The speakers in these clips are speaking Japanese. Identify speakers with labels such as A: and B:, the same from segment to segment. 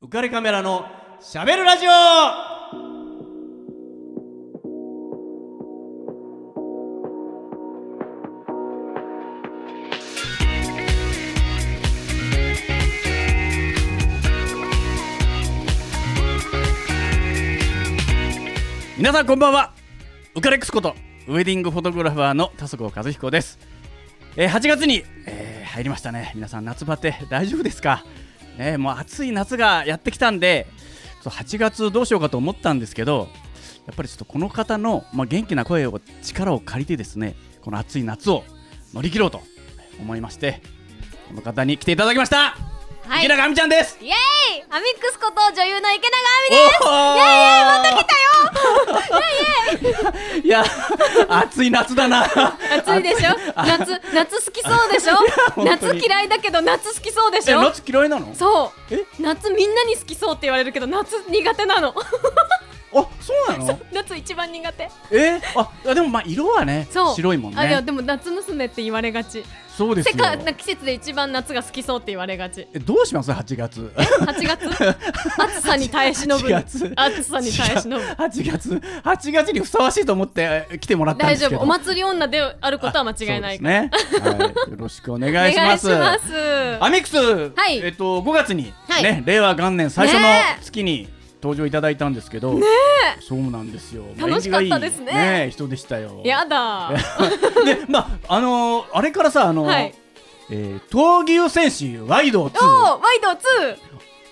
A: 浮かれカメラのしゃべるラジオ
B: 皆さんこんばんはウカレックスことウェディングフォトグラファーの田底和彦です、えー8月に、えー入りましたね皆さん夏バテ大丈夫ですか、ね、もう暑い夏がやってきたんでちょっと8月どうしようかと思ったんですけどやっぱりちょっとこの方の、まあ、元気な声を力を借りてですねこの暑い夏を乗り切ろうと思いましてこの方に来ていただきました、
C: はい
B: 池永亜美ちゃんです
C: イエーイアミックスこと女優の池永
B: お
C: 亜美です
B: ー
C: また来
B: い
C: た
B: や暑い夏だな
C: 暑いでしょ夏夏好きそうでしょ
B: 本当
C: 夏
B: に
C: 嫌いだけど夏好きそうでし
B: え
C: ょ
B: 夏嫌いなの
C: そう
B: え
C: 夏みんなに好きそうって言われるけど夏苦手な
B: あ
C: の
B: そうなの
C: 夏一番苦手
B: えああでもまあ色はね
C: そう
B: 白いもん
C: あいや
B: ね
C: でも夏娘って言われがち
B: そうです
C: 世
B: よ
C: 界の季節で一番夏が好きそうって言われがち
B: えどうします8月
C: 8月 暑さに耐え忍ぶ
B: 8月
C: 暑さに耐え忍ぶ
B: 8月8月にふさわしいと思ってえ来てもらったん
C: 大
B: です
C: 丈
B: けど
C: 夫お祭り女であることは間違いないか
B: そ
C: ら
B: うですね、はい、よろしくお願
C: お願
B: い
C: い
B: し
C: し
B: ま
C: ますす
B: アミックス、
C: い
B: えっと5月に、
C: はい
B: ね令和元年最初の
C: ねえ
B: 月に登場いただいたんですけど、そうなんですよ
C: 楽しかったですね
B: 縁起がいいね人でしたよ
C: やだー
B: でまああのーあれからさあのー
C: はい
B: えー闘牛戦士ワイド2
C: おーワイド2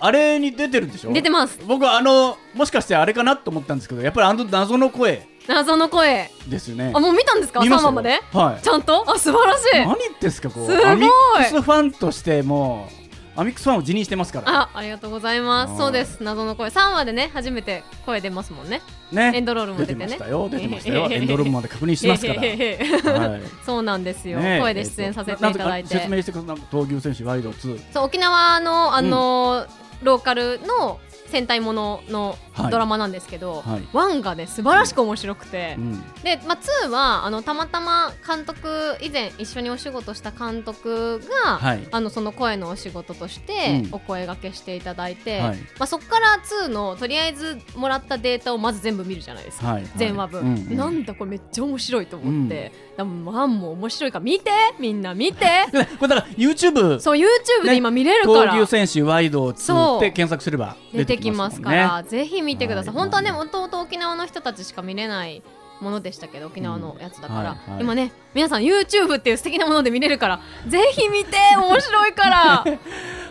B: あれに出てるんでしょ
C: 出てます
B: 僕はあのもしかしてあれかなと思ったんですけどやっぱりあの謎の声
C: 謎の声
B: ですよね
C: あもう見たんですか
B: 見まし
C: 3
B: たよ
C: 話まで、
B: はい
C: ちゃんとあ素晴らしい
B: 何言ってんすかこう
C: すごい
B: アミックスファンとしてもうアミックスファンを辞任してますから
C: あありがとうございま
B: あ
C: す
B: ー
C: そうです謎の声3話でね初めて声出ますもんね
B: ね
C: エンドロールも出てね
B: ましたよ出てましたよエンドロールまで確認し
C: え
B: ますから
C: へへへ
B: はい
C: そうなんですよ、
B: ね
C: 声で出演させていただい
B: え
C: て
B: っとななんとか説明してくださいなんか闘牛選手ワイド2
C: そう沖縄のあのーローカルの戦隊ものの
B: はい
C: ドラマなんですけど、
B: はい
C: ワンがね素晴らしく面白くて、
B: うん
C: で、まあ、2はあのたまたま監督以前一緒にお仕事した監督が、
B: はい
C: あのその声のお仕事として
B: うん
C: お声がけしていただいて、
B: はい
C: まあ、そこから2のとりあえずもらったデータをまず全部見るじゃないですか。
B: はい
C: 全話分、
B: はいうんうん
C: なんだこれめっちゃ面白いと思って、でもワンも面白いから見てみんな見 て
B: でこれだから YouTube
C: そう YouTube で今見れるから、
B: 闘牛選手ワイド2
C: そ
B: っ
C: う
B: て検索すれば
C: 出てきますから、
B: ね
C: ぜひ見てください、
B: はい
C: 本当はねもともと沖縄の人たちしか見れないものでしたけど沖縄のやつだから、
B: うんはいはい
C: 今ね皆さん YouTube っていう素敵なもので見れるからぜひ見て面白 いから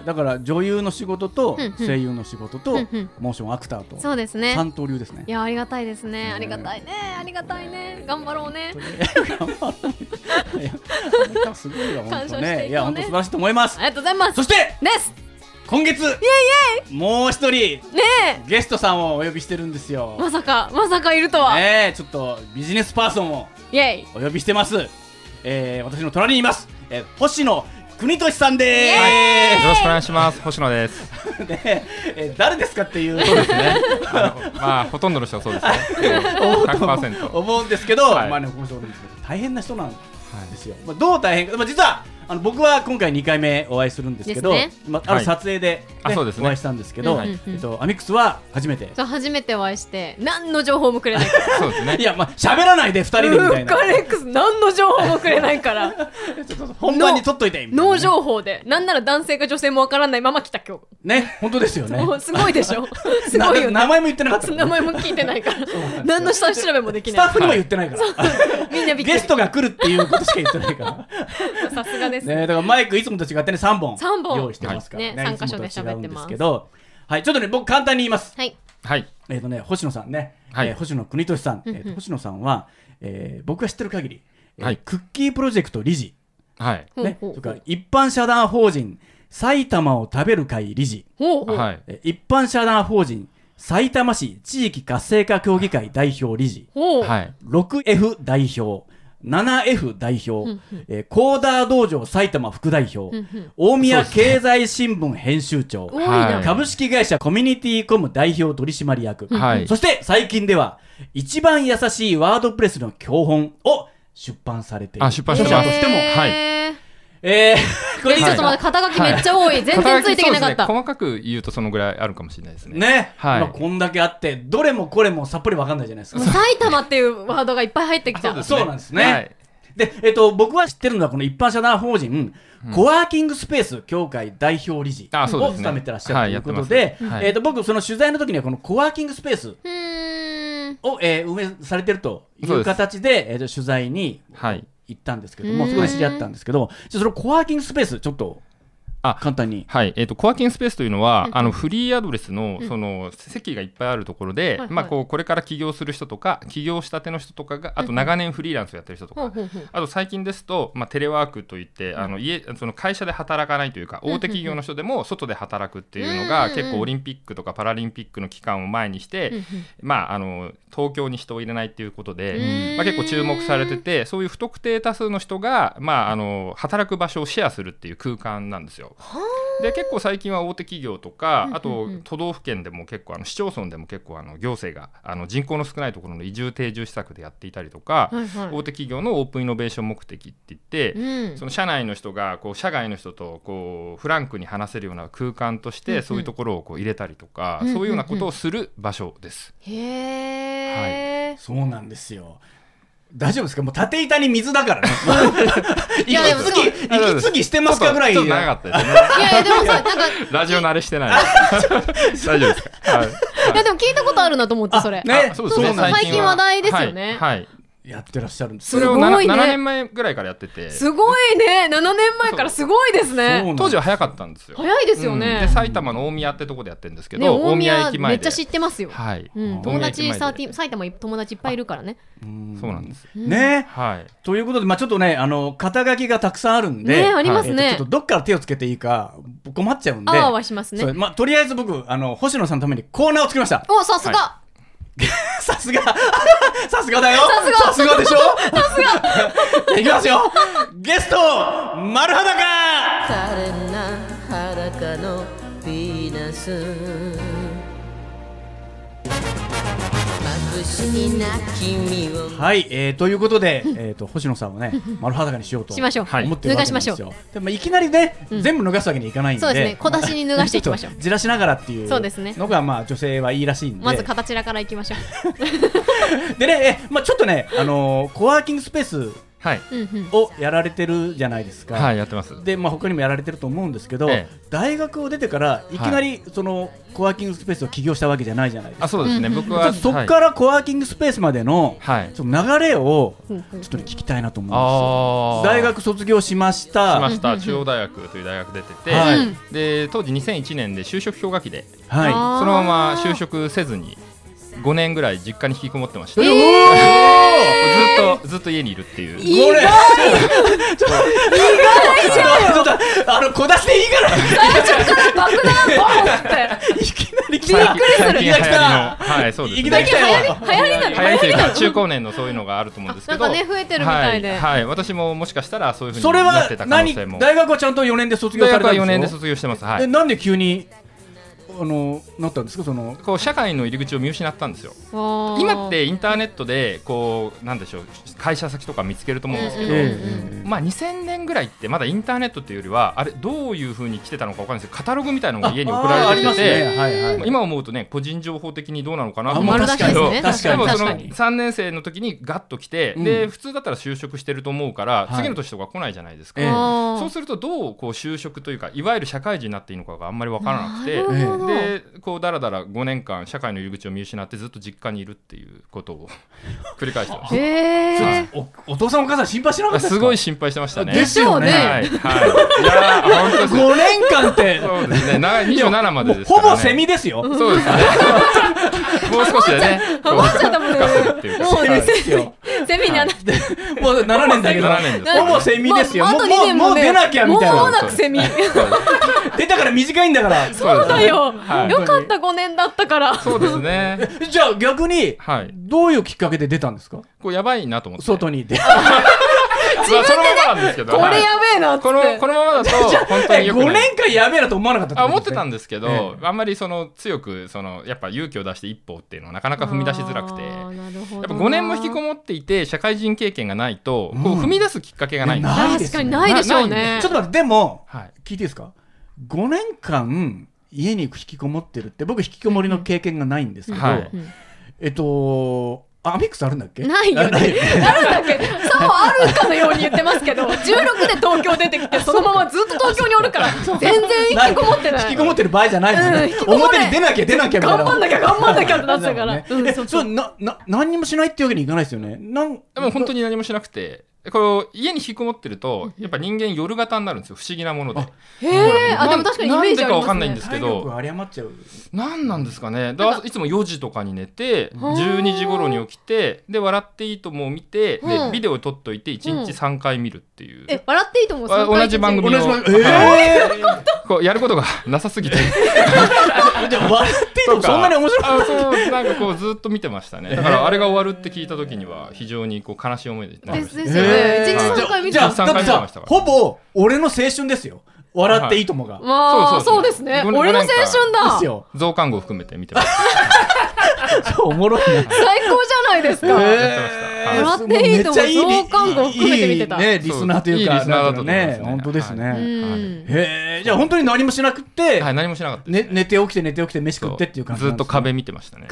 B: だから女優の仕事と
C: うんうん
B: 声優の仕事
C: う
B: と
C: んうん
B: モーションアクターと
C: そうですね
B: 三刀流ですね
C: いやありがたいですね
B: ん
C: ありがたいねありがたいね頑張ろうね
B: 頑張らないいやなんかすごいわ本
C: 感
B: 当
C: 謝していこう
B: ね
C: ね
B: いや本当素晴らしいと思います
C: ありがとうございます
B: そして
C: です
B: 今月もう一人
C: ね
B: ゲストさんをお呼びしてるんです
C: え
B: よ
C: まさかまさかいるとは、
B: ねえちょっとビジネスパーソンを
C: イエイ
B: お呼びしてますえー私の隣にいますえー星野国俊さんで
C: イエーイ
D: よろしくお願いします。星野です。
B: す ねえー誰ですかっていう
D: そうですね。あのまあほとんどの人はそうですね。100%。は
B: 思うんですけど、
D: はい
B: まあね、この人大変な人なんですよ。まあ、どう大変か、まあ、実はあの僕は今回2回目お会いするんですけど、
C: です
B: まあ、あ
D: は
B: る
D: い
B: 撮影で,、ね
D: あそうですね
B: お会いしたんですけど、
C: うんうんうん
B: えっと、アミックスは初めて。
C: そう初めてお会いして何の情報もくれないから
D: い。そうです
B: い
D: ね。
B: や、まあ喋らないで2人でみたい
C: ウ
B: な
C: カ、レックス何の情報もくれないか ら
B: ちょっと本番に撮っといてみたいな、
C: 脳情報で、なんなら男性か女性もわからないまま来た今
B: ね、本当ですよ
C: 日、
B: ね。
C: もうすごいで しょすごいよ
B: な名
C: ね
B: 前も言ってなかった、
C: 名前も聞いてないから
B: よ
C: 何の下調べもでき
B: スタ
C: な
B: ッフにも言ってないから、
C: いみんなびっくり
B: ゲストが来るっていうことしか言ってないから。
C: さすがです
B: ね、だからマイクいつもと違ってね3本
C: 三本
B: 用意してますからね,、
C: ね三箇所で
B: いつもと違うんですけ
C: 喋って
B: どはいちょっとね僕簡単に言います
C: はい
D: はい。
B: えっ、とね星野さんね、
D: はい
B: えー星野国俊さん、え
C: うんうん
B: ーと星野さんは、えー僕が知ってる限り、えー
D: はい
B: クッキープロジェクト理事、
D: はい。
B: ね、
C: ほう
B: それから一般社団法人埼玉を食べる会理事、
C: ほうほう
D: はい。
B: えー一般社団法人埼玉市地域活性化協議会代表理事
C: ほう
D: はい。
B: 6F 代表 7F 代表、
C: うんうん
B: えーコーダー道場埼玉副代表、
C: うんうん
B: 大宮経済新聞編集長、
C: 多い
D: は
C: ない
B: 株式会社コミュニティコム代表取締役、
D: はい
B: そして最近では一番優しいワードプレスの教本を出版されている
D: あ出版しました
B: 著者としても、
C: へー
B: えー、こ
C: い
B: れ
C: や
B: いい
C: ちょっと待って、肩書きめっちゃ多い。全然ついていけなかっ
D: 肩書きそうですね
C: た。
D: 細かく言うとそのぐらいあるかもしれないですね。
B: ね、
D: はい
B: まあ、こんだけあってどれもこれもさっぱりわかんないじゃないです
C: も
B: か
C: う埼玉っていうワードがいっぱい入ってきちゃう。
B: あそうなんですね
D: はい
B: で、えっと、僕は知ってるのはこの一般社団法人、コワーキングスペース協会代表理事
D: あそうで
B: を
D: すね
B: 務めてらっしゃるということ
D: はい
B: で
D: やってます、はい
B: えっと僕、その取材の時にはこのコワーキングスペース
C: うーん。
B: を、えー運営されてるとい
D: そう
B: う
D: です
B: 形で、えっと取材に
D: はい。
B: 行ったんですけども、
C: うん
B: そこで知り合ったんですけど、じゃあそのコワーキングスペース、ちょっと
D: あ
B: 簡単に。
D: はいえー、とコワーキングスペースというのは、
C: うん
D: あのフリーアドレスのその席がいっぱいあるところで、
C: はい
D: まあ、
C: はい
D: こうこれから起業する人とか起業したての人とかがあと長年フリーランスをやってる人とか、
C: ほうほうほう。
D: あと最近ですと、まあ、テレワークといって、あの家その会社で働かないというか、
C: うんうん
D: 大手企業の人でも外で働くっていうの
C: うん
D: が、
C: うん
D: 結構オリンピックとかパラリンピックの期間を前にして、
C: うんうん
D: まあ、あの東京に人を入れないっていうことで、
C: うん
D: まあ、結構注目されててそういう不特定多数の人が、まあ、あの働く場所をシェアするっていう空間なんですよ。で結構最近は大手企業とかあ
C: うんう
D: と
C: んうん
D: 都道府県でも結構あの市町村でも結構あの行政があの人口の少ないところの移住定住施策でやっていたりとか、
C: はいはい。
D: 大手企業のオープンイノベーション目的って言って、
C: うん
D: その社内の人がこう社外の人とこうフランクに話せるような空間とし
C: うんう
D: て
C: ん
D: そういうところをこう入れたりとか、
C: うんうんうん
D: そういうようなことをする場所です。
C: へー。
B: そうなんですよ。大丈夫ですかもう縦板に水だからね。息
C: やでも
B: 継ぎ、息継ぎしてますかぐらい。
D: ちょっとちょっと長かったです ね。
C: いやいや、でもさ、なんか、
D: ラジオ慣れしてない。大丈夫ですか。 はい。
C: いやでも聞いたことあるなと思って、それ。
B: ね
D: あ
B: そう
C: そう最近話題ですよね
D: はい。はい
B: やってらっしゃるんです
D: それ
B: よ
D: を
C: すごいね
D: 7年前ぐらいからやってて、
C: すごいね。7年前からすごいです
B: そうなん
C: ね。
B: です
D: 当時は早かったんですよ。
C: 早いですよ
D: うんで
C: ね。
D: 埼玉の大宮ってとこでやってるんですけ
C: ね、
D: ど、
C: 大宮
D: 駅
C: め
D: 前
C: っ
D: で。
C: ちゃ知ってますよ。
D: はい。
C: うん、
D: 大
C: 友
D: 宮駅
C: 達
D: 前で
C: サーティ埼玉友達いっぱいいるからね。
D: そうなんです。
C: うん
B: ね。
D: はい。
B: ということで、まあ、ちょっとね、あの肩書きがたくさんあるんで、
C: ねありますね
B: はいえっとちょっとどっから手をつけていいか困っちゃうんで、
C: あわあわしますね
B: そうまあ、とりあえず僕あの、星野さんのためにコーナーを作りました。
C: おさすが、
B: さすが、 さすがだよ、
C: さすが
B: さすがでしょ、さす が。いきますよ、ゲスト、丸裸
E: カレンな裸のヴィーナス眩しいな君を
B: はい、えー、ということで、えー、と星野さんを ね、丸裸にしようと
C: しましょう。
D: はい
B: 思ってるわけ
C: 脱が
B: な
C: し
B: ん
C: ま
B: で
C: しょう
B: すよ。でもいきなりね、
C: うん
B: 全部脱がすわけにいかないんで、
C: そうですね小出しに脱がしていきましょう
B: ちっとじらしながらっていう
C: そうですね
B: のがまあ女性はいいらしいんで、
C: まず形らからいきましょう。
B: でね、えまあちょっとね、あのーコワーキングスペース
D: はい。
C: うんうん。
B: をやられてるじゃないですか。
D: はい、やってます。
B: でまあ、他にもやられてると思うんですけど、
D: え
B: 大学を出てからいきなりそのコワーキングスペースを起業したわけじゃないじゃないですか
D: あ、そうですね。
C: うんうん
D: 僕は。
B: そこからコワーキングスペースまでの
D: はい。はい
B: ちょっと流れをち
C: う
B: ょ
C: ん
B: っとね聞きたいなと思うんです
D: あ
B: よ大
D: あ。
B: 学卒業しました
D: しま
C: うん
D: し
C: うん
D: た
C: うん
D: 中央大学という大学出てて、
B: はい
C: うん
D: で当時2001年で就職氷河期で
B: は
C: あー
D: そのまま就職せずに5年ぐらい実家に引きこもってました、
B: い、
D: ずっとずっと家にいるっていう
B: おーこれちょっとちょっとちょっとあの小出しでいいから
C: 爆弾ボンって。
B: いきなり来
D: 最
B: た
D: 近最近流行り
B: いきなり来
D: の
B: た
D: はいそうです
B: いきなり来たよ
C: 流行りなの。
D: 早いというか中高年のそういうのがあると思うんですけど
C: あなんかね増えてるみたいで
D: はい、はい私ももしかしたらそういうふうに
B: それ
D: なっ
B: は
D: てた可能
B: 何
D: 性も
B: 大学はちゃんと4年で卒業
D: 大
B: され
D: 学
B: たんですよ
D: は4年で卒業してますは
B: え
D: い
B: なんで急にあのなったんですかその
D: こう社会の入り口を見失ったんですよ
C: わー
D: 今ってインターネットでこうなんでしょう会社先とか見つけると思うんですけど、
C: うんうん
D: まあ、2000年ぐらいってまだインターネットというよりはあれどういうふうに来てたのかわかんないですけどカタログみたいなのが家に送ら
B: あーあ
D: れてきて
B: りますねはいはい
D: まあ今思うとね個人情報的にどうなのかな
B: あ
D: と
B: も
D: 思
B: う
D: うん
C: 丸出
D: です
C: しで
D: け
C: す
D: ど
C: ね。
B: 確
D: で
B: かに
D: もその
C: 確かに
D: 3年生の時にガッと来て、
B: うん
D: で普通だったら就職してると思うから
B: はい
D: 次の年とか来ないじゃないですか、
B: ええ
C: あー
D: そうするとどうこう就職というかいわゆる社会人になっていいのかがあんまりわからなくて
C: なるほど
D: でこうだらだら5年間社会の入り口を見失ってずっと実家にいるっていうことを 繰り返してまし
C: へえ。
B: おお父さんお母さん心配しなかったたです か
D: すごい心配してましたね。
C: でしょう
B: ね
D: はい、
C: ね。
D: はい、いやー本当ですね
B: 5年間って
D: そうですね長い27までですか
B: ほ
D: ら、ね、
B: ぼセミですよ
D: そ うですねもう少しでね
C: おばあちゃんだもんね
D: こう吹かせるっていうか
C: もう
B: セミですよ
C: セミに穴。
B: もう7年だけど
D: 7年です
B: ほぼセミですよ
C: もうあ
B: も
C: と
B: う
C: 二
B: もうも
C: 年
B: う
C: ね
B: 出なきゃみたい
C: もう間も
B: な
C: なくセミ。
D: そうです
B: 出たから短いんだから
D: そう
C: だよ。よ
D: はい
C: かった5年だったから。
D: そうですね。
B: じゃあ逆に
D: はい。
B: どういうきっかけで出たんですか
D: こうやばいなと思って。
B: 外に出
D: まあそのままなんですけど、
C: こ
D: は
C: れ
D: い
C: やべえなっつって
D: このこのま まだと本当によく
B: 5
D: ない。
B: 年間やべえなと思わなかった
D: あ思ってた
B: ん
D: んですけ
B: え
D: ど、あんまりその強くそのやっぱ勇気を出して一歩っていうのはなかなか踏み出しづらくて、
C: あーなるほど
D: やっ
C: な
D: ぱ5年も引きこもっていて社会人経験がないと、
B: うん
D: こう踏み出すきっかけがないんです
B: ね
D: よ。
B: ないですね
C: 確かにないでしょう
D: な
C: ね
B: ちょっと待ってでも
D: はい。
B: 聞いていいですか5年間家に引きこもってるって僕引きこもりの経験がないんですけど、
D: はい
C: うん
B: えっとあアミックスあるんだっけ
C: ないよ
B: あない
C: あるんだっけさもあるかのように言ってますけど16で東京出てきてそのままずっと東京におる から全然引きこもってない
B: 引きこもってる場合じゃないです
C: うん
B: ね
C: 引きこもれ
B: 表に出なきゃ出なきゃみたいな
C: 頑張んなきゃ頑張んなきゃってなって たから
B: ね
C: うん
B: え
C: そう
B: そ
C: そう
B: れなな何にもしないっていうわけにいかないですよねなん
D: でも本当に何もしなくて、こう家に引きこもってると、やっぱ人間夜型になるんですよ。不思議なもので。
C: へえあ
D: な
C: でも確かにイメージありますね
D: なんでかわかんないんですけ
B: 体
D: ど
B: 力が有り余っちゃう
D: なんなんですかね。だいつも4時とかに寝て、
C: はあ
D: 12時頃に起きて、で、笑っていいともを見て、
C: う
D: で
C: ん、
D: ビデオ撮っといて、1日3回見るっていう。
C: え笑っていいと思う
D: あ同じ番組
B: 同じ番組
D: は
B: え
D: い
B: え
D: こうやることがなさすぎて。
B: じゃあ笑っていいと
D: と
B: も
D: か
B: そんなに面白くない
D: あそう、なんかこうずっと見てましたね。だからあれが終わるって聞いた時には、非常にこう悲しい思いで。
C: ですですよ
B: え
C: ね
B: ー
C: 一日三回見て
B: じゃあ
C: ます
D: じゃあ
B: だって
D: 三回見てま
B: さ
D: したから
B: ほぼ俺の青春ですよ笑っていいともが、
C: まあそ
D: そうう
C: で
D: ですす
C: ね
D: ね
C: 俺の青春
B: で
C: だ
B: すよ
D: 増刊号含めて見てました。
B: そうおもろいな
C: 最高じゃないですか
D: ー
B: え
C: っ
D: や
C: てましたはい
B: めっちゃいい
C: 笑っていいとも増刊号含めて見てた
B: いいねリスナーというか
D: そういいリスナーだと思いますね
B: なんかね本当ですね、
D: は
C: う
B: へ
C: ん
B: えじゃあ本当に何もしなくって、
D: はい、何もしなかったです
B: ね、寝て起きて寝て起きて飯食ってっていう感じ
D: ず
B: な
D: っ
B: んで
D: と
B: すね
D: 壁見てましたね。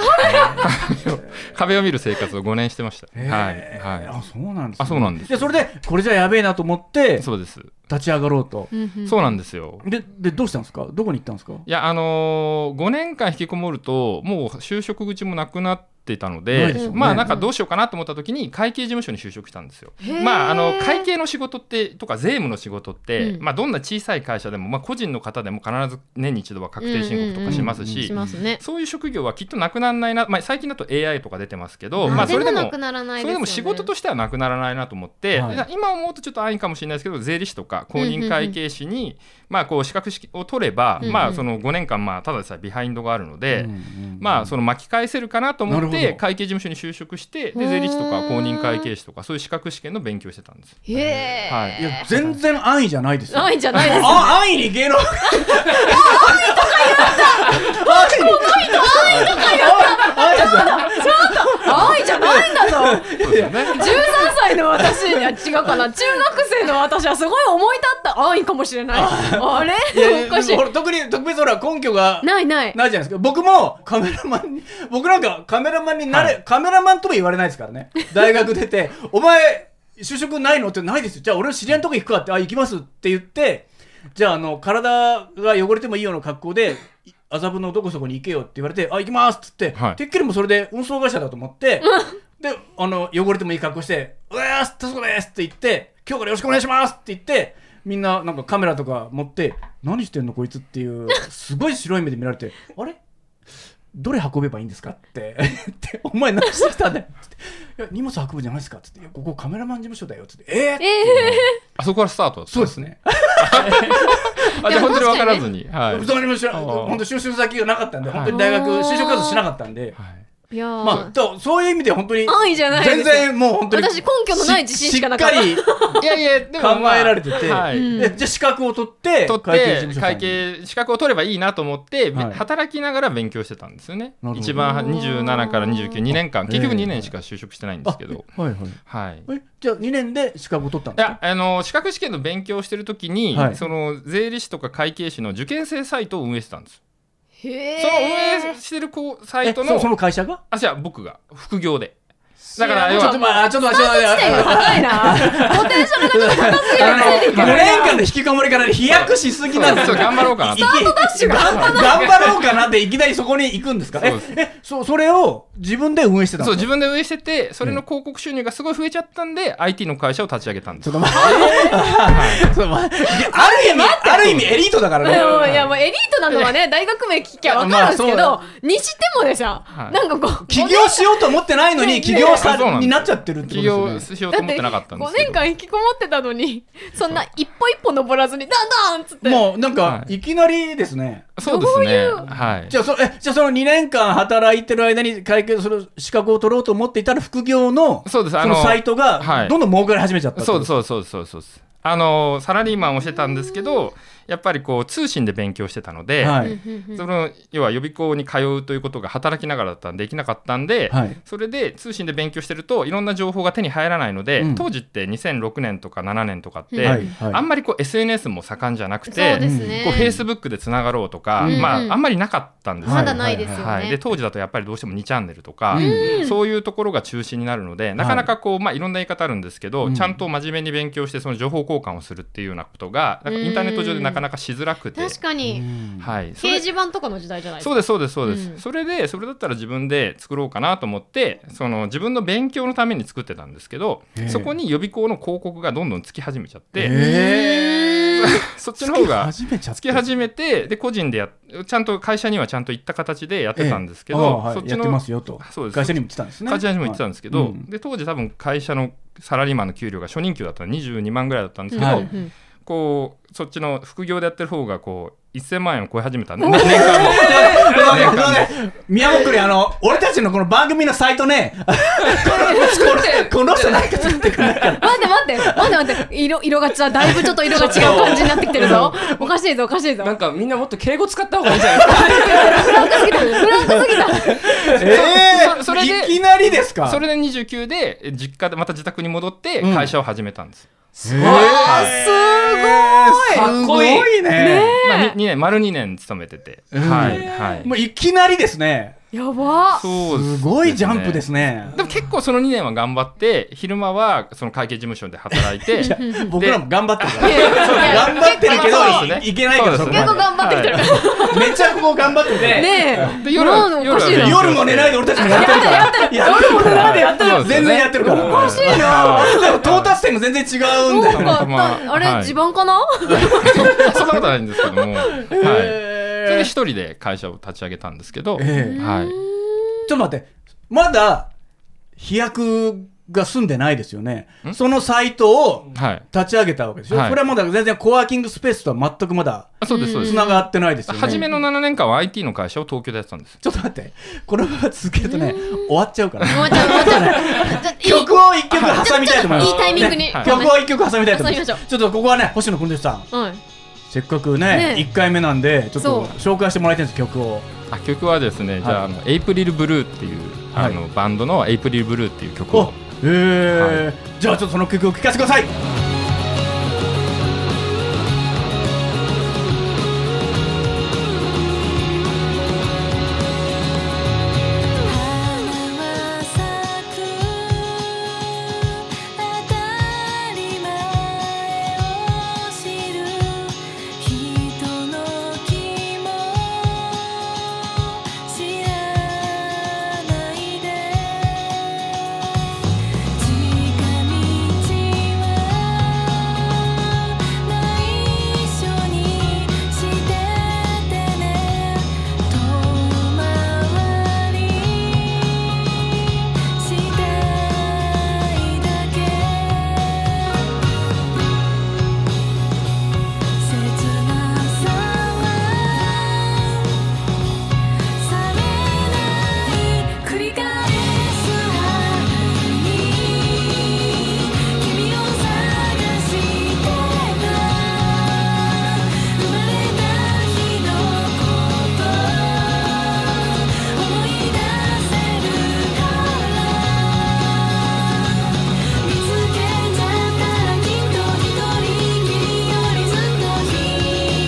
D: 壁を壁を見る生活を5年してました。はい。
B: へーあ
D: は
B: そうなんです、ね、
D: あそうなんです
B: でそれでこれじゃやべえなと思って
D: い。
B: 立
D: そうです。
B: ち上がろうと、
C: うんうん
D: そうなんですよ。
B: ででどうしたんですかどこに行ったんですか
D: いや、あのー、5年間引きこもると、もう就職口もなくなってたの
B: ない
D: で、
B: でしょうね
D: まあなんかどうしようかなと思った時に会計事務所に就職したんですよ
C: へー。
D: まああの会計の仕事ってとか税務の仕事って、
C: うん
D: まあどんな小さい会社でもまあ個人の方でも必ず年に一度は確定申告とかします
B: うんうんうん
D: し
C: し、ますね
D: そういう職業はきっとなくならないな、まあ最近だと AI とか出てますけど、ま
C: あ
D: あ
C: で
D: それで
C: もな
D: も
C: くならないです
D: それで
C: よ
D: も
C: ね
D: 仕事としてはなくならないなと思って、
B: はい
D: で今思うとちょっと安易かもしれないですけど税理士とか公認会計士に、まあ、こう資格を取れば、
C: うんうん
D: まあ、その5年間、まあ、ただでさえビハインドがあるので、
B: うんうん
D: まあ、その巻き返せるかなと思っ
B: なるほ
D: て
B: ど
D: 会計事務所に就職して
C: へー
D: で税理士とか公認会計士とかそういう資格試験の勉強してたんです。
C: へ
D: はい
B: い
C: え
B: や全然安易じゃないですよ
C: ないんじゃないですか
B: あ安易に芸能安易とか言った安易とか言った安易じゃない
C: 愛じゃないんだぞ
D: そうですよね
C: 13歳の私いや違うかな中学生の私はすごい思い立った安易かもしれないあれ
B: いやいや
C: おかしい
B: ほら特に特別ほら根拠が
C: ないない
B: ないじゃないですか僕もカメラマンに 僕なんかカメラマンになれ、カメラマンとも言われないですからね大学出て 「お前就職ないの?」って「ないですよじゃあ俺の知り合いのとこ行くか」って「あ行きます」って言ってじゃああの体が汚れてもいいような格好でい麻布のどこそこに行けよって言われて「あ行きます」っつって、
D: はい
B: てっきりもうそれで運送会社だと思 って、であの汚れてもいい格好して「うわーすそこです」って言って「今日からよろしくお願いします」って言ってみんななんかカメラとか持って「何してんのこいつ」っていうすごい白い目で見られて「あれどれ運べばいいんですか?」って言って「お前何してきたんだよ」つって「いや荷物運ぶじゃないですか」っつっていや「ここカメラマン事務所だよ」っつって「えー
C: ええ
D: あそこからスタートだった
B: そうですね。
D: あじゃあ本当に分からずに。は い
B: 本当に知ら
D: あー
B: 本当就職先がなかったんで、本当に大学
C: あー
B: 就職活動しなかったんで、
D: はい
C: いやー、
B: まあとそういう意味で本当に
C: 安易じゃないです
B: 全然もう本当に
C: 私根拠のない自信しかなかった
B: しっかり
D: いやいやで
B: 考えられてて、
D: はい
C: うん
B: でじゃあ資格を取って
D: 取
B: 会計事
D: っ
B: 務所
D: て
B: さん
D: 会
B: に
D: 計資格を取ればいいなと思って、
B: はい
D: 働きながら勉強してたんですよね
B: なるほど
D: 一番は27から292年間結局2年しか就職してないんですけど、
B: はい はい
D: はい、
B: えじゃあ2年で資格を取ったん
D: い
B: です
D: や
B: か
D: あの資格試験の勉強をしてる時に、
B: はい
D: その税理士とか会計士の受験生サイトを運営してたんです、
C: へえ
D: その運営してるこうサイト
B: えそ
D: の
B: その会社が
D: あじゃあ僕が副業でだから
C: 知
D: 要
C: ら
B: ちょっ
C: なかった
B: とまあちょっと待って
C: 地点が高い なポテンシャルがちょっと高すぎる
B: あの
C: ついてきて
B: 5年間の引きこもりから飛躍しすぎなんです
D: そう頑張ろうかなと
B: いき頑張ろうかなっていきなりそこに行くんですかえ
D: そうです
B: えそそれを自分で運営してたん
D: そう
B: ですか
D: 自分で運営しててそれの広告収入がすごい増えちゃったんで IT の会社を立ち上げたんです
B: ちょっと待 ってち ょっと待って ある意味ある意味エリートだからね
C: うんいやもうエリートなのはね大学名聞きゃ分かるんですけ
B: まあ
C: どにしてもでさ
D: はい
C: なんかこう
B: 起業しようと思ってないのに
C: ね
B: 起業業
D: そうな
B: 者
D: んです
B: になっちゃってるって
D: 起
B: こと
D: 業
B: ですよね
D: しよう
C: だ
D: と
C: っ
D: 思っててなかったんで
C: 5
D: すけ
C: 年
D: ど
C: 間引きこもってたのにそんな一歩一歩登らずにだんだんっつって
B: もうなんか
D: はい
B: きなりですね
D: そうですねはい
B: じゃあそえじゃあその2年間働いてる間に会計する資格を取ろうと思っていたら副業の
D: そうですあ
B: そ
D: の
B: のサイト
D: は
B: が
D: い
B: どんどん儲かり始めちゃったってこ
D: そ
B: と
D: うですそうですそうですそうですそうですあのサラリーマンをしてたんですけどやっぱりこう通信で勉強してたので、
B: は
C: うんう
B: い
C: んうん
D: その要は予備校に通うということが働きながらだったんでできなかったんで、
B: はい
D: それで通信で勉強してるといろんな情報が手に入らないので、
B: うん
D: 当時って2006年とか7年とかって、
B: はいはい
D: あんまりこう SNS も盛んじゃなく
C: そうで
D: て
C: すね
D: こう Facebook でつながろうとか、
B: うん
D: ま
C: うん
D: あ、あんまりなかったんですよ
C: まだないですよね、
D: はい、で当時だとやっぱりどうしても2チャンネルとか、
C: うん
D: そういうところが中心になるのでなかなかこう、いまあ、いろんな言い方あるんですけど、
B: うん
D: ちゃんと真面目に勉強してその情報交換をするっていうようなことがなんかインターネット上でなかなかしづらくて。
C: 確かに
D: はい、そ
C: 掲
D: れ
C: 示板とかの時代じゃないです
D: そ
C: か
D: うですそうですそうです、
C: うん
D: それでそれだったら自分で作ろうかなと思ってその自分の勉強のために作ってたんですけど
B: ええ
D: そこに予備校の広告がどんどんつき始めちゃって、
B: え
D: そっちの方が
B: 始めちゃっ
D: つき始めてで個人でやっちゃんと会社にはちゃんと行った形でやってたんですけど、
B: ええああはい
D: そっち
B: やって
D: の
B: ますよと
D: そうです
B: 会社にも言ってたんですね
D: 会社にも行ってたんですけど、
B: はいうん
D: で当時多分会社のサラリーマンの給料が初任給だったら22万ぐらいだったんですけど、
B: はい
C: うん
D: こうそっちの副業でやってる方がこう1000万円を超え始めたん で年間も
B: ねあのね宮本君あの俺たちのこの番組のサイト ねこのこの人なんか作ってくれないかな
C: 待って待って待って待って色色が違うだいぶちょっと色が違う感じになってきてるぞおかしいぞおかしいぞ
E: なんかみんなもっと敬語使った方がいいんじゃないですか
C: フランクすぎたフランクすぎた
B: え
D: そそれ
B: え
D: で
B: いきなりですか
D: それで29でえ実家でまた自宅に戻って
B: うん
D: 会社を始めたんで
B: あ
D: す、
B: すごい
E: かっこいい
B: すごいね
D: まあ、2, 年丸2年勤めてて、はいはい
B: もういきなりですね
C: やば
D: そうですす
B: ごいジャンプですね
D: でも結構その2年は頑張って昼間はその会計事務所で働いて
B: 僕らも頑張ってるか
C: い
B: ら
C: やいやいや
B: 頑張ってるけ
D: そう
B: ど
D: ですね
B: いいけないから
D: そ
B: そうこ
D: ですね
C: 結構
B: ま
C: 頑張ってきてる
B: でめっちゃここ頑張ってて
C: ねえ
D: で夜は
C: なんおかしいな
D: 夜は
B: 夜も寝ないで俺たちもやってるからやってるから
D: そうですよね
B: 全然やってるからおかしいなでも 到達点が全然違うんだ
C: な
B: よ
C: ん
D: たま
C: か
D: たま
C: あれ
D: はい
C: 自分かな
D: そんなことはないんですけ ども、はい、それで一人で会社を立ち上げたんですけど、
B: ええ
D: はい、
B: ちょっと待って、まだ飛躍が済んでないですよね。そのサイトを
D: はい、
B: 立ち上げたわけでしょ。
D: はい
B: これはまだ全然コワーキングスペースとは全くまだ
D: あそうですそうです、
B: つながってないですよね。
D: 初めの7年間は IT の会社を東京でやってたんです
B: ちょっと待って、このまま続けるとね、終わっちゃうから。
C: もうちょいもうちょいじゃあい い
B: 曲を一曲挟みたいと思います。
C: いいタイミングに
B: ね曲を一曲挟みたいと思いま
C: 挟みましょ
B: す。ちょっとここはね、星野くんでさん、
C: うん
B: せっかく
C: ね
B: ね、一回目なんで、ちょっと紹介してもらいたいんです、曲を。
D: あ曲はですね、じゃああのエイプリルブルーっていう、
B: はい
D: あのバンドのエイプリルブルーっていう曲
B: お
D: を
B: えーじゃあちょっとその曲を聴かせてください
F: 「花は咲くあたり」前を知る人の気も知らないで」「近道は内緒にしててね」「遠回りしたいだけ」「切なさはされない」「繰り返す春に君を探してた」「生まれた日のこと」「思い出してた」「見つけちゃったらきっと一人きりよりずっと一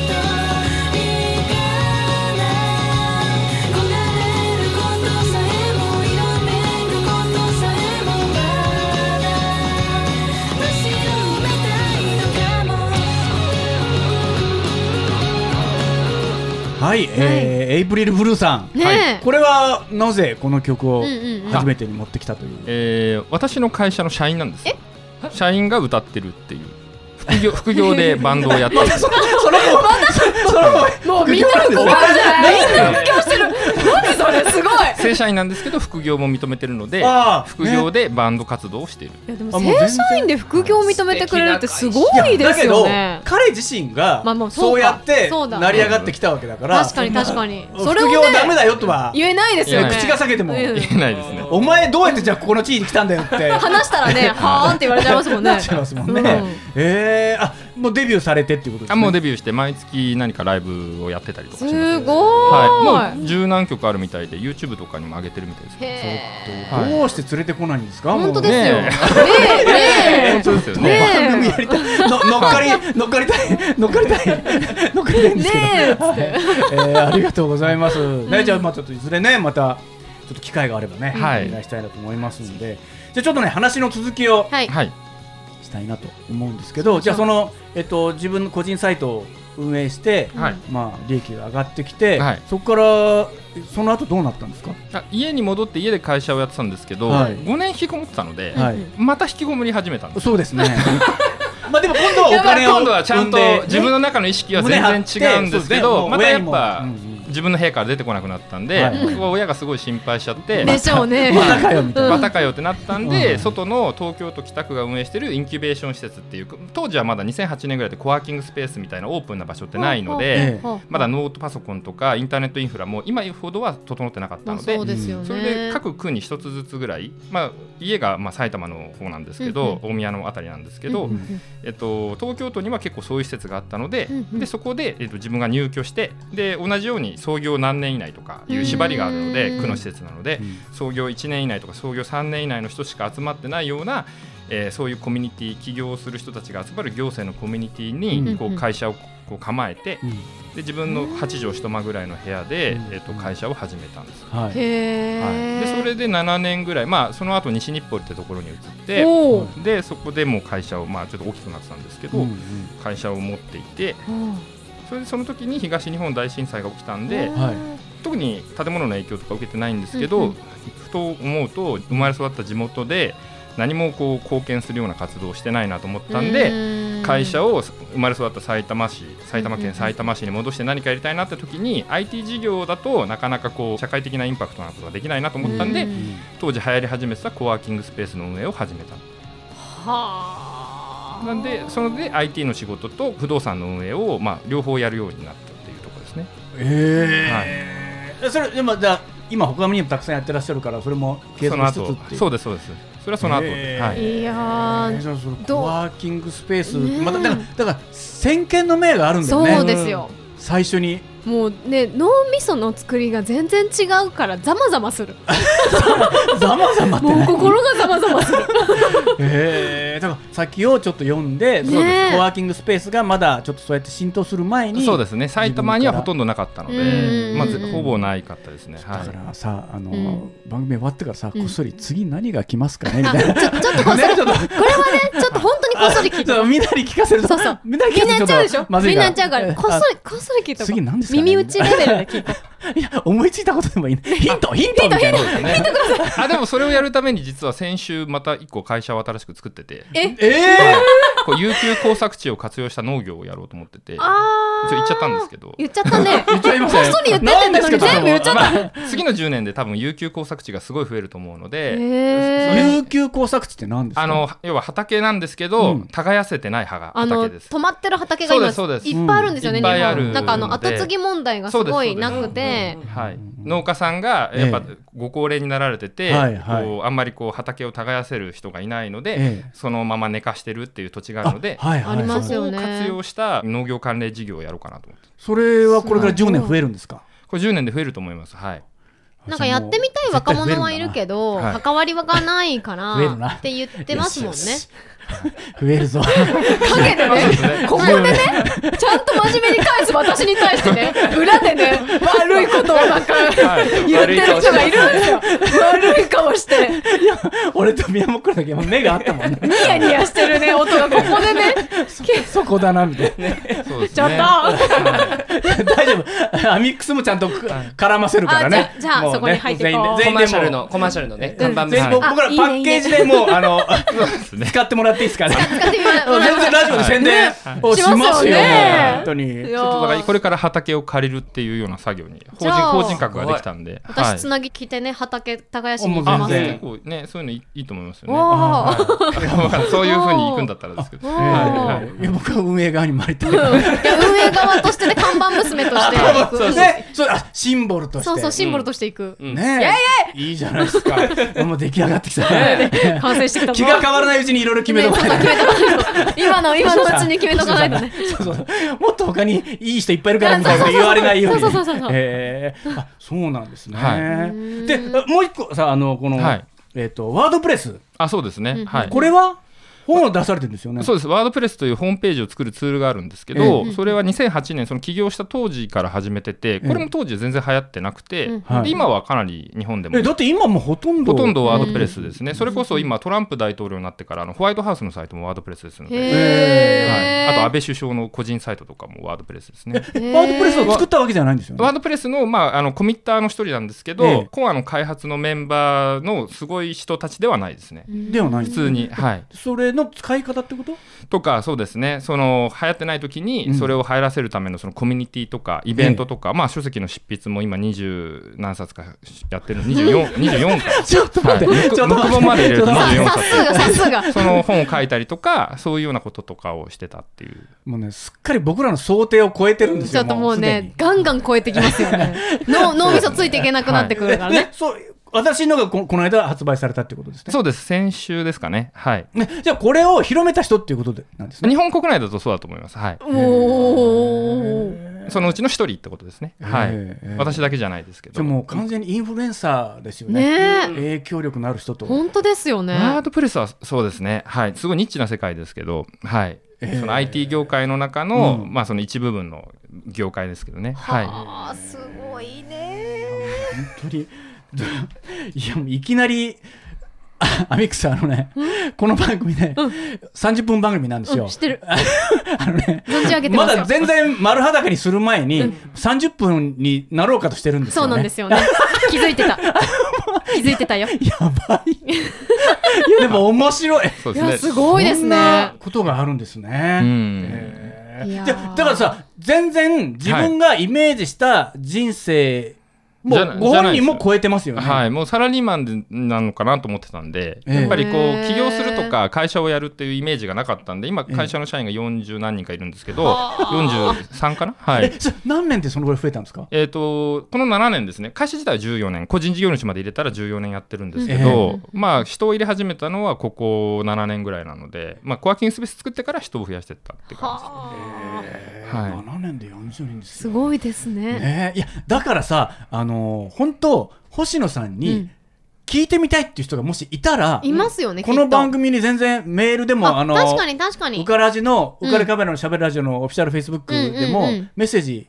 F: 人かな」「焦がれることさえも色めくことさえもまだむしろ埋めたいのかも」
B: はい、えーエイプリルブルーさん、
C: ねえ
B: これはなぜこの曲を
C: うんうんうん
B: 初めてに持ってきたという、
D: えー私の会社の社員なんです社員が歌ってるっていう 副業副業でバンドをやってる
B: それも、 それも
C: もうみんなの
B: 副業
C: 心
B: な
C: じゃない
B: んですね
C: 何それすごい
D: 正正社員なんですけど副業も認めてるので
B: あー
D: 副業でバンド活動をしている、
C: いやでも
B: あもう全然
C: 正社員で副業を認めてくれるってすごいで
B: だ
C: す
B: け
C: よ
B: ど
C: ね。
B: 彼自身が
C: まあまあ
B: そ
C: そううか
B: やって
C: そうだ
B: 成り上がってきたわけだから
C: 確かに確かに。そ
B: 副
C: れを
B: 業はダメ
C: ね
B: だよとは
C: 言えないですよね。
D: いや
B: 口が裂けても
C: うん
D: 言えないですね
B: お前どうやってじゃあここの地位に来たんだよ って
C: 話したらね、はーんって言われちゃいますもん
B: な
C: ね
B: っ。ちゃいますもん
C: う
B: ね
C: ん
B: えーあもうデビューされてっていうことです
D: あ
B: ね
D: もうデビューして毎月何かライブをやってたりとかします
C: すご
D: はい、
C: ー
D: も
C: い。
D: う十何曲あるみたいで YouTube とかにも上げてるみたいですけど
C: へー
D: はい
B: どうして連れてこないんですか
C: 本当ですよ。
D: ね
C: ねえね
D: そうですよ
C: ね
D: ね
C: え
B: 番組やりたい の乗っかり乗っかりたい乗っかりたい乗っかりたいん
C: え
B: ですけど
C: ねえつって。
B: えーありがとうございます。ね、じゃあ、まあ、ちょっといずれね、また。ちょっと機会があればね、
D: はい
B: お願いしたいなと思いますので。じゃあ、ちょっとね、話の続きを
C: はい。
D: はい、
B: したいなと思うんですけど、じゃあ、その、えっと、自分の個人サイトを運営して。
D: はい
B: まあ、利益が上がってきて、
D: はい
B: そこから、その後どうなったんですか。
D: あ家に戻って家で会社をやってたんですけど、
B: はい
D: 5年引きこもってたので、
B: はい
D: また引きこもり始めたんです
B: そうです ね。まあ、でも、今度はお金を
D: 今度はちゃんと
B: 生で
D: 自分の中の意識は全然違うんですけど
B: 胸張
D: また
B: って
D: やっぱ、
B: そうですねもう親にもうんうん
D: 自分の部屋から出てこなくなったんで、
B: はい
D: 僕は親がすごい心配しちゃって、
C: でしょうね。
B: またかよみたいな
D: バタかよってなったんで、
B: うん
D: 外の東京都北区が運営してるインキュベーション施設っていう当時はまだ2008年ぐらいでコワーキングスペースみたいなオープンな場所ってないので、
B: ええ
C: うん
D: まだノートパソコンとかインターネットインフラも今ほどは整ってなかった
C: まあ
D: ので,、
C: そうですよね。
D: それで各区に一つずつぐらい、まあ、家がまあ埼玉の方なんですけど、大宮のあたりなんですけど、
B: うんうん
D: えっと、東京都には結構そういう施設があったので,、
C: うんうん
D: でそこで、えっと、自分が入居してで同じように創業何年以内とかいう縛りがあるの
C: う
D: で
C: ん
D: 区の施設なので、創業1年以内とか創業3年以内の人しか集まってないような、えーそういうコミュニティ起業をする人たちが集まる行政のコミュニティ
B: うん
C: う
D: に
C: ん
D: こう会社をこう構えて、
B: うん
D: で自分の8畳一間ぐらいの部屋で、
B: うん
D: えっと、会社を始めたんです。
B: はい。
C: へ
D: はい、
C: え。
D: でそれで7年ぐらい、まあ、その後西日暮里ってところに移って
C: おお。
D: でそこでもう会社を、まあ、ちょっと大きくなってたんですけど、
B: うんうん
D: 会社を持っていてそれでその時に東日本大震災が起きたんで
B: はい
D: 特に建物の影響とか受けてないんですけど、
C: うんうん
D: ふと思うと生まれ育った地元で何もこう貢献するような活動をしてないなと思ったんで。
C: で
D: 会社
C: を
D: を生まれ育った埼玉市埼玉
C: うんうんう
D: 県
C: ん
D: 埼玉市に戻して何かやりたいなって時に IT 事業だとなかなかこう社会的なインパクトなことができないなと思ったんで当時流行り始めてたコワーキングスペースの運営を始めた
C: はあ。
D: なんでそれで IT の仕事と不動産の運営をまあ両方やるようになったっていうところですね
B: ええそれでもじゃあ今他にもたくさんやってらっしゃるからそれも継
D: その
B: 続しつつ
D: 後
B: っていう
D: そうですそうですそれはその後
B: へ
D: で
B: ー
D: はい
C: いや
B: えー
C: ー
B: じゃあそのコ
C: どう
B: ワーキングスペース
C: ねえ
B: まただからだから先見の明があるんだよね
C: そうですよ。
B: 最初に
C: もうね脳みその作りが全然違うからざまざまする。
B: ざまざまって
C: もう
B: ね
C: 心がざまざ まする。
B: ええだから先をちょっと読んで
C: ねえ
B: そうですコワーキングスペースがまだちょっとそうやって浸透する前に
D: そうですね埼玉にはほとんどなかったの
C: 自
D: で
C: 分
D: ま
C: から
D: ずほぼないかったですねは
B: だ
D: い
B: からさあの
C: うん
B: 番組終わってからさ
C: う
B: こ
C: ん
B: っそり次何が来ますかねみたいな
C: ちょっとこっそり、
B: ねちょ
C: こ
B: っ
C: れはね、ちょっと本当にこっそり聞い て。
B: そうみんなに聞かせると
C: そうそう
B: みんなに聞
C: みん
B: か
C: な
B: せ
C: や
B: る
C: っちゃうでし
B: と
C: ょ
B: まずい
C: みん
B: か
C: な
B: ら
C: やっちゃ うから、こっそり、こっそり聞いて
B: 次何ですかね
C: 耳打ちレベルで 聞いて。
B: いや、思いついたことでもい い、ね。ヒント、ヒントみたいな。
D: ねあでもそれをやるために実は先週また一個会社を新しく作ってて
C: え
B: ええ
D: こう有給耕作地を活用した農業をやろうと思ってて一応
C: あー。
D: 言っちゃったんですけど
C: 言っちゃった ね。
B: 言っちゃいました
C: こっそり言ってってんだのに全部言っちゃった。
D: まあ次の10年で多分有給耕作地がすごい増えると思うので、
C: へー
B: 有給耕作地って何ですか
D: あ、の要は畑なんですけど、
B: うん
D: 耕せてない葉が
C: あの
D: 畑です。
C: 止まってる畑が
D: そう
C: 今い
D: で
C: っ
D: すそうです
C: ぱいあるんですよね、
D: うん
C: 日
D: いっぱいある
C: 本。なんかあの
D: ので
C: 後継ぎ問題がすごいなくて、
D: はい、農家さんが
B: ええ
D: やっぱご高齢になられてて、
B: はいはい
D: こうあんまりこう畑を耕せる人がいないので、
B: ええ
D: そのまま寝かしてるっていう土地があるので、
B: はいはい、
C: ありま
D: そ
C: す
D: こ
C: よ
D: を
C: ね
D: 活用した農業関連事業をやろうかなと思って
B: それはこれから10年増えるんですか
D: これ10年で増えると思います。はい、
C: なんかやってみたい若者はいるけど、
D: はい
C: 関わりはがないか
B: 増えるな
C: ら、って言ってますもんね。
B: 増える ぞ。
C: 陰でね、ここでね、ちゃんと真面目に返す私に対してね、裏でね、悪いことをなんか
D: はい
C: 言ってる人がいるんですよ。悪い顔して、
B: 俺と宮本君だけ目があったもんね。
C: ニヤニヤしてるね、音がここでね、
B: そこだなみたいな
D: そうですね
C: ちょっと
B: 大丈夫アミックスもちゃんとく絡ませるからね
C: あじゃあじ
B: も
C: ゃあ
B: うね
C: そこに入ってこ
B: 全
C: う
B: 員で
G: コ
B: 全員
G: マ
B: で
G: ーシャル
B: も
G: の、コマーシャルのね、
C: う
G: 看
C: ん
G: 板
B: う
G: 娘
B: 全員僕ら
C: あいいね
B: パッケージでもうあの 使ってもらっていいですかね
C: 使ってみよう
B: 全然ラジオで宣伝をしますよ、
C: しますよね
B: もう本当に。
C: ち
D: ちょっとだからこれから畑を借りるっていうような作業に法
C: じゃあ
D: 人法人格ができたんで、は
C: 私
D: い
C: つなぎ着てね畑耕しに行き
B: あ
D: あ
C: ま
B: もう
C: す
B: 全
D: 結
B: 然
D: 構ねそういうのいいいいと思います
C: お
D: よね。
C: お
D: はいそういうふうに行くんだったらですけど。
C: おー
D: はいはい
B: いや僕は運営側に回りたい。
C: うんいや運営側としてね看板娘と して
B: ね、そうあシンボルとして。
C: そうそうシンボルとしていく、
B: ねえ、いいじゃないです か。もう出来上がってきたね。
C: 完成してきたぞ
B: 気が変わらないうちにいろいろ決めとかないと。
C: 今の今のうちに決めとかないとね
B: そうそうもっと他にいい人いっぱいいるからみたいなこと言われないように。
C: そうそうそうそう
B: えーあそうなんですね。
D: はい
B: であもう一個さあのこの、
D: はい
B: えっ、とワードプレス
D: あそうですね。はい。
B: これは本を出されてるんですよね。
D: そうですワードプレスというホームページを作るツールがあるんですけど、それは2008年その起業した当時から始めててこれも当時全然流行ってなくて、
B: はい
D: で今はかなり日本でも
B: えだって今もうほとんど
D: ほとんどワードプレスですね、それこそ今トランプ大統領になってからあのホワイトハウスのサイトもワードプレスですので、はい、
C: へ
D: あと
C: ー
D: 安倍首相の個人サイトとかもワードプレスですね。
B: えワードプレスを作ったわけじゃないんですよね。
D: ワードプレスの,、まああのコミッターの一人なんですけど、
B: ええ
D: コアの開発のメンバーのすごい人たちではないですね。
B: ではない
D: 普通に、はい、
B: それの使い方ってこと
D: とかそうですねその流行ってない時
B: うん
D: にそれを流行らせるためのそのコミュニティとかイベントとか、まあ、書籍の執筆も今20何冊かやってるの24 24か、
B: ちょっと待
D: はい、
B: って、ちょっと
D: 目
B: 待っ
D: 本まで入れると
B: ちょっと
D: 24
C: さすがさ すが
D: 冊その本を書いたりとかそういうようなこととかをしてたっていう
B: て、もうね、すっかり僕らの想定を超えてるんです
C: ちょ
B: よ、
C: っともう
B: すでに
C: ね。ガンガン超えてきますよ ね脳脳みそついていけなくなってくるからね
B: ね、そう、私のがここの間発売されたってことですね。
D: そうです先週ですかねはい
B: ね、じゃあこれを広めた人っていうことでなんですね。
D: 日本国内だとそうだと思いますはい
C: おお
D: そのうちの一人ってことですねはい、
B: ええ
D: 私だけじゃないですけ
B: じゃ
D: ど
B: あもう完全にインフルエンサーですよね。
C: ねえ
B: 影響力のある人と。
C: 本当ですよ
D: ワー
C: ね
D: ドプレスはそうですね、はい、すごいニッチな世界ですけど、はい、その IT 業界の中の、
B: うん
D: まあその一部分の業界ですけどね、
C: あ
D: は
C: ーすごいね
B: 本当に。 いや、もういきなり、あアミックスあのね、この番組ね、30分番組なんですよ。
C: うん知ってる
B: あのね、
C: 存じ上げて
B: ま
C: ますよ
B: だ全然丸裸にする前に、30分になろうかとしてるんですよ
C: そ
B: ね。
C: うなんですよね 気づいてた気づいてたよ
B: やばい。いや、でも面 白い。
D: い、そう
C: い
D: ですね。
C: やすごいです
B: こん
C: ね
B: なことがあるんですね。
D: うん
B: へー
C: いやー
B: じゃあだからさ、全然自分がイメージした人生、も
D: じ
B: う
D: ゃな
B: ご本人
D: じゃないで
B: も
D: す
B: 超えてますよね。
D: はい、もうサラリーマンでなのかなと思ってたんで、
B: ええ
D: やっぱりこ
C: へえ
D: う起業するとか会社をやるっていうイメージがなかったんで今会社の社員が40何人かいるんですけど、43かなはい
B: え、そ何年でそのぐらい増えたんですか
D: えー、とこの7年ですね、会社自体は14年、個人事業主まで入れたら14年やってるんですけど、まあ、人を入れ始めたのはここ7年ぐらいなので、まあ、コワーキングスペース作ってから人を増やしてったって感じですね。はい
B: 7年で40人です
C: す
B: よ。
C: ごいですね
B: ねえいや、だからさ、あのー本当、星野さんに聞いてみたいっていう人がもしいたら、
C: いますよね
B: この番
C: 組
B: 組に全然メールでも、あのー
C: 確かに確か
B: ウ
C: に
B: カラジの、
C: うん
B: ウカレカメラのしゃべるラジオのオフィシャルフェイスブックでも、
C: うんうんうん
B: メッセージ、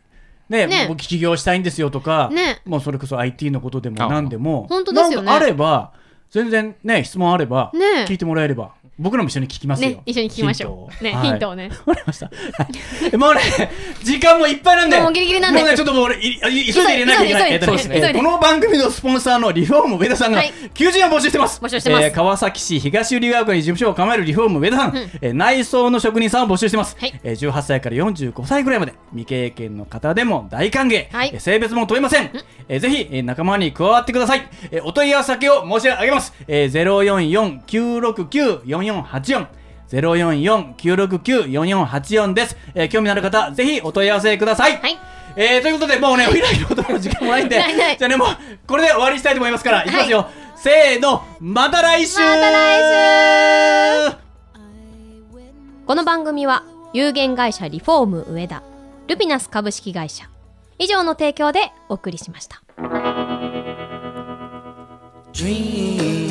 B: ね、
C: ね
B: 僕起業したいんですよとか、
C: ね
B: もうそれこそ IT のことでも何でも、
C: 本当ですよね
B: なんかあれば、全然ね、質問あれば、
C: ね
B: 聞いてもらえれば、僕らも一緒に聞きますよ。
C: ね一緒に聞きましょうねヒントを
B: ね。
C: ね
B: わかりました。はいもうね、時間もいっぱいなんで。
C: もうギリギリなんで
B: もうね、ちょっともう俺、いい急いで入れなきゃいけない。
C: 急
B: え
C: いで急いで
B: っとね
C: そうですね
B: えーこの番組のスポンサーのリフォーム上田さんが
C: はい、
B: 求人を募集してます。
C: 募集してます
B: えー川崎市東瓜ヶ丘に事務所を構えるリフォーム上田さん、えー内装の職人さんを募集してます。
C: はい
B: えー18歳から45歳ぐらいまで、未経験の方でも大歓迎。
C: はい
B: えー性別も問いません。えーぜひ、えー仲間に加わってください。えーお問い合わせ先を申し上げます。えー、044-969-4484。044-969-4484です。えー興味のある方、ぜひお問い合わせください。
C: はい
B: えーということで、もうね、お開きのところの時間もないんで、
C: ないない
B: じゃあね、もう、これで終わりにしたいと思いますから、いきますよ。せーの、また来週
C: また
B: 来週
C: この番組は有限会社リフォーム上田ルピナス株式会社以上の提供でお送りしました
E: Dream